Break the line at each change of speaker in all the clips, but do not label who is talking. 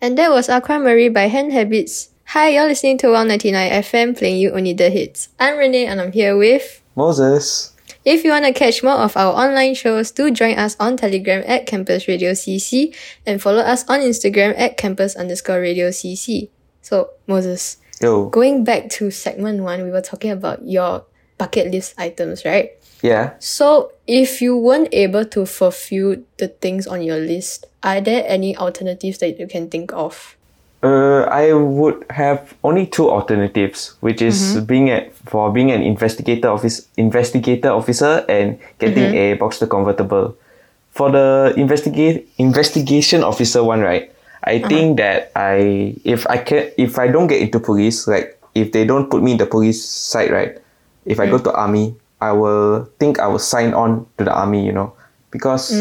And that was Aqua Marie by Hand Habits. Hi, you're listening to 199 FM playing you only the hits. I'm Renee and I'm here with.
Moses.
If you want to catch more of our online shows, do join us on Telegram at Campus Radio CC and follow us on Instagram at Campus underscore Radio CC. So, Moses,
Yo.
going back to segment one, we were talking about your bucket list items, right?
Yeah.
So, if you weren't able to fulfill the things on your list, are there any alternatives that you can think of?
Uh, I would have only two alternatives, which is being at for being an investigator office investigator officer and getting a Boxster convertible. For the investigate investigation officer one, right? I think that I if I can if I don't get into police, like if they don't put me in the police side, right? If I go to army, I will think I will sign on to the army, you know, because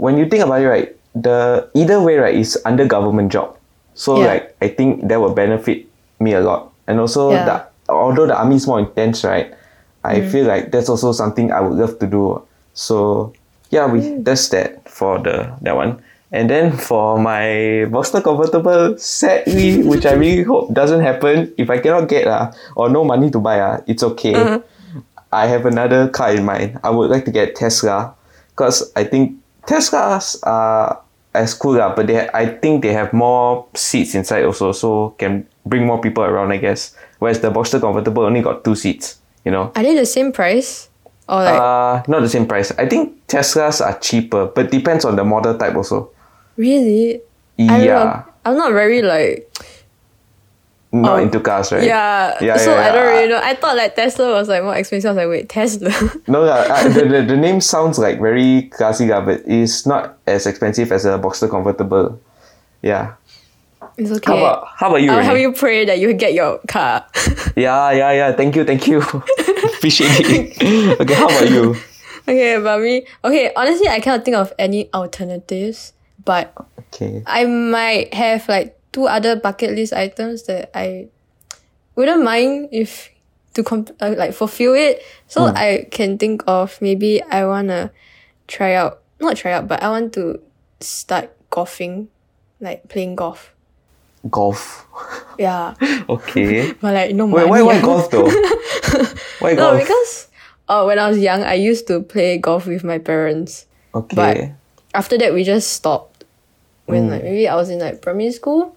when you think about it, right, the either way, right, is under government job. So
Yeah.
like I think that will benefit me a lot. And also
Yeah. Mm.
the although the army is more intense, right? I feel like that's also something I would love to do. So yeah, we
Mm.
that's that for the that one. And then for my Boxster convertible, sadly, which I really hope doesn't happen, if I cannot get uh, or no money to buy, uh, it's okay.
Mm-hmm.
I have another car in mind. I would like to get Tesla because I think Teslas are as cool lah, but they I think they have more seats inside also, so can bring more people around. I guess. Whereas the Boxster convertible only got two seats. You know.
Are they the same price? Or like,
Uh, not the same price. I think Teslas are cheaper, but depends on the model type also.
really? I don't know.
Yeah,
I'm not very like
not
Oh,
into cars, right?
yeah.
Yeah,
so
yeah,
I don't
yeah.
really know. I thought like Tesla was like more expensive. I was like, wait, Tesla.
No, lah, uh, the, the, the name sounds like very classy, lah, but it's not as expensive as a Boxster convertible. Yeah.
it's okay. Uh,
How about how about you?
I'll
Renee?
help you pray that you get your car.
Yeah, yeah, yeah. Thank you, thank you. Appreciate it. okay, how about you?
okay, but me. Okay, honestly, I cannot think of any alternatives. But
Okay.
I might have like two other bucket list items that I wouldn't mind if to comp- uh, like fulfill it. So
Hmm.
I can think of maybe I wanna try out not try out, but I want to start golfing, like playing golf.
Golf.
Yeah,
Okay.
but like no
Wait,
money.
why why golf though? Why
no,
golf?
because uh, when I was young, I used to play golf with my parents.
okay.
after that we just stopped when
Mm.
like maybe I was in like primary school.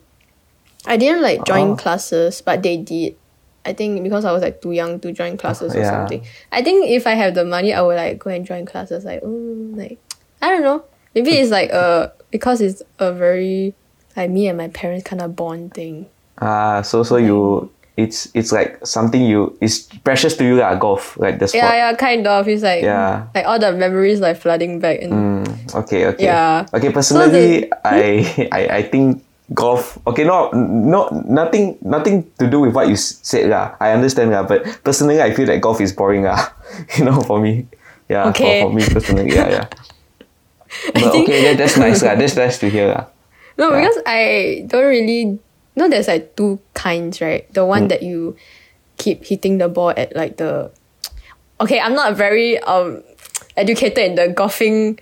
I didn't like join
Oh.
classes, but they did. I think because I was like too young to join classes or
Yeah.
something. I think if I have the money, I would like go and join classes. Like, oh, like I don't know. Maybe it's like a because it's a very like me and my parents kind of bond thing.
Ah, so so you it's it's like something you it's precious to you lah, golf, like the sport.
Yeah, yeah, kind of. It's like
Yeah.
like all the memories like flooding back and
Mm, okay, okay.
Yeah. Hmm?
Okay, personally, I, I I think golf. Okay, no, no, nothing, nothing to do with what you s- said, lah. I understand, lah. But personally, I feel that golf is boring, lah. You know, for me, yeah.
Okay.
For, for me personally, yeah, yeah. But
think-
okay, that, that's nice, lah. That's nice to hear, lah.
No,
Yeah.
because I don't really know there's like two kinds, right? The
Hmm.
one that you keep hitting the ball at like the Okay, I'm not very um educated in the golfing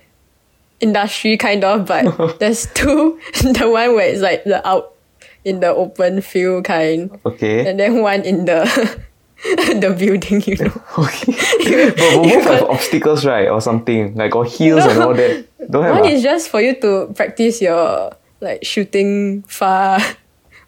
industry kind of, but there's two the one where it's like the out in the open field kind.
Okay.
And then one in the the building, you know.
okay. but,
you
but both have
got-
obstacles, right, or something like or heels and all that. Don't have.
One
ah?
is just for you to practice your like shooting far.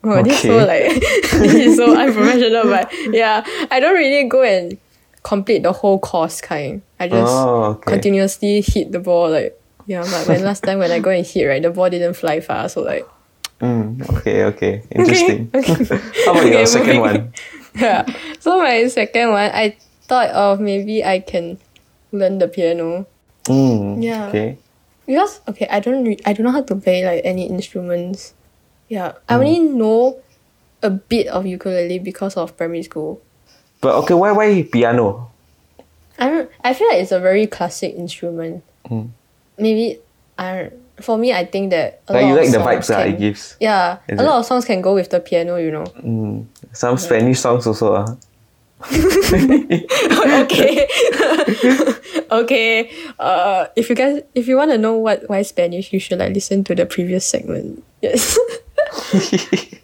Oh, this is so like this is so unprofessional, but yeah, I don't really go and complete the whole course kind. I just
Oh, okay.
continuously hit the ball like yeah. But when last time when I go and hit right, the ball didn't fly far, so like
Mm, okay. Okay. Interesting. How about
Okay,
your second
moving.
one?
yeah. So my second one, I thought of maybe I can learn the piano.
Mm,
Yeah.
Okay.
Because okay, I don't re- I don't know how to play like any instruments. Yeah, I only
Mm.
know a bit of ukulele because of primary school.
But okay, why why piano?
I don't. I feel like it's a very classic instrument.
Mm.
Maybe I don't- for me I think that a
Like
lot
you like
of
the
songs
vibes ah
can,
it gives.
Yeah,
Is
a
it?
lot of songs can go with the piano. You know.
Mm. Some Spanish songs also ah.
okay. okay. Uh, if you guys if you want to know what why Spanish, you should like listen to the previous segment. Yes.
ah.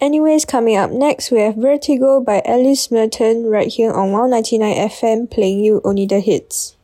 Anyways, coming up next, we have Vertigo by Alice Merton right here on 199 FM playing you only the hits.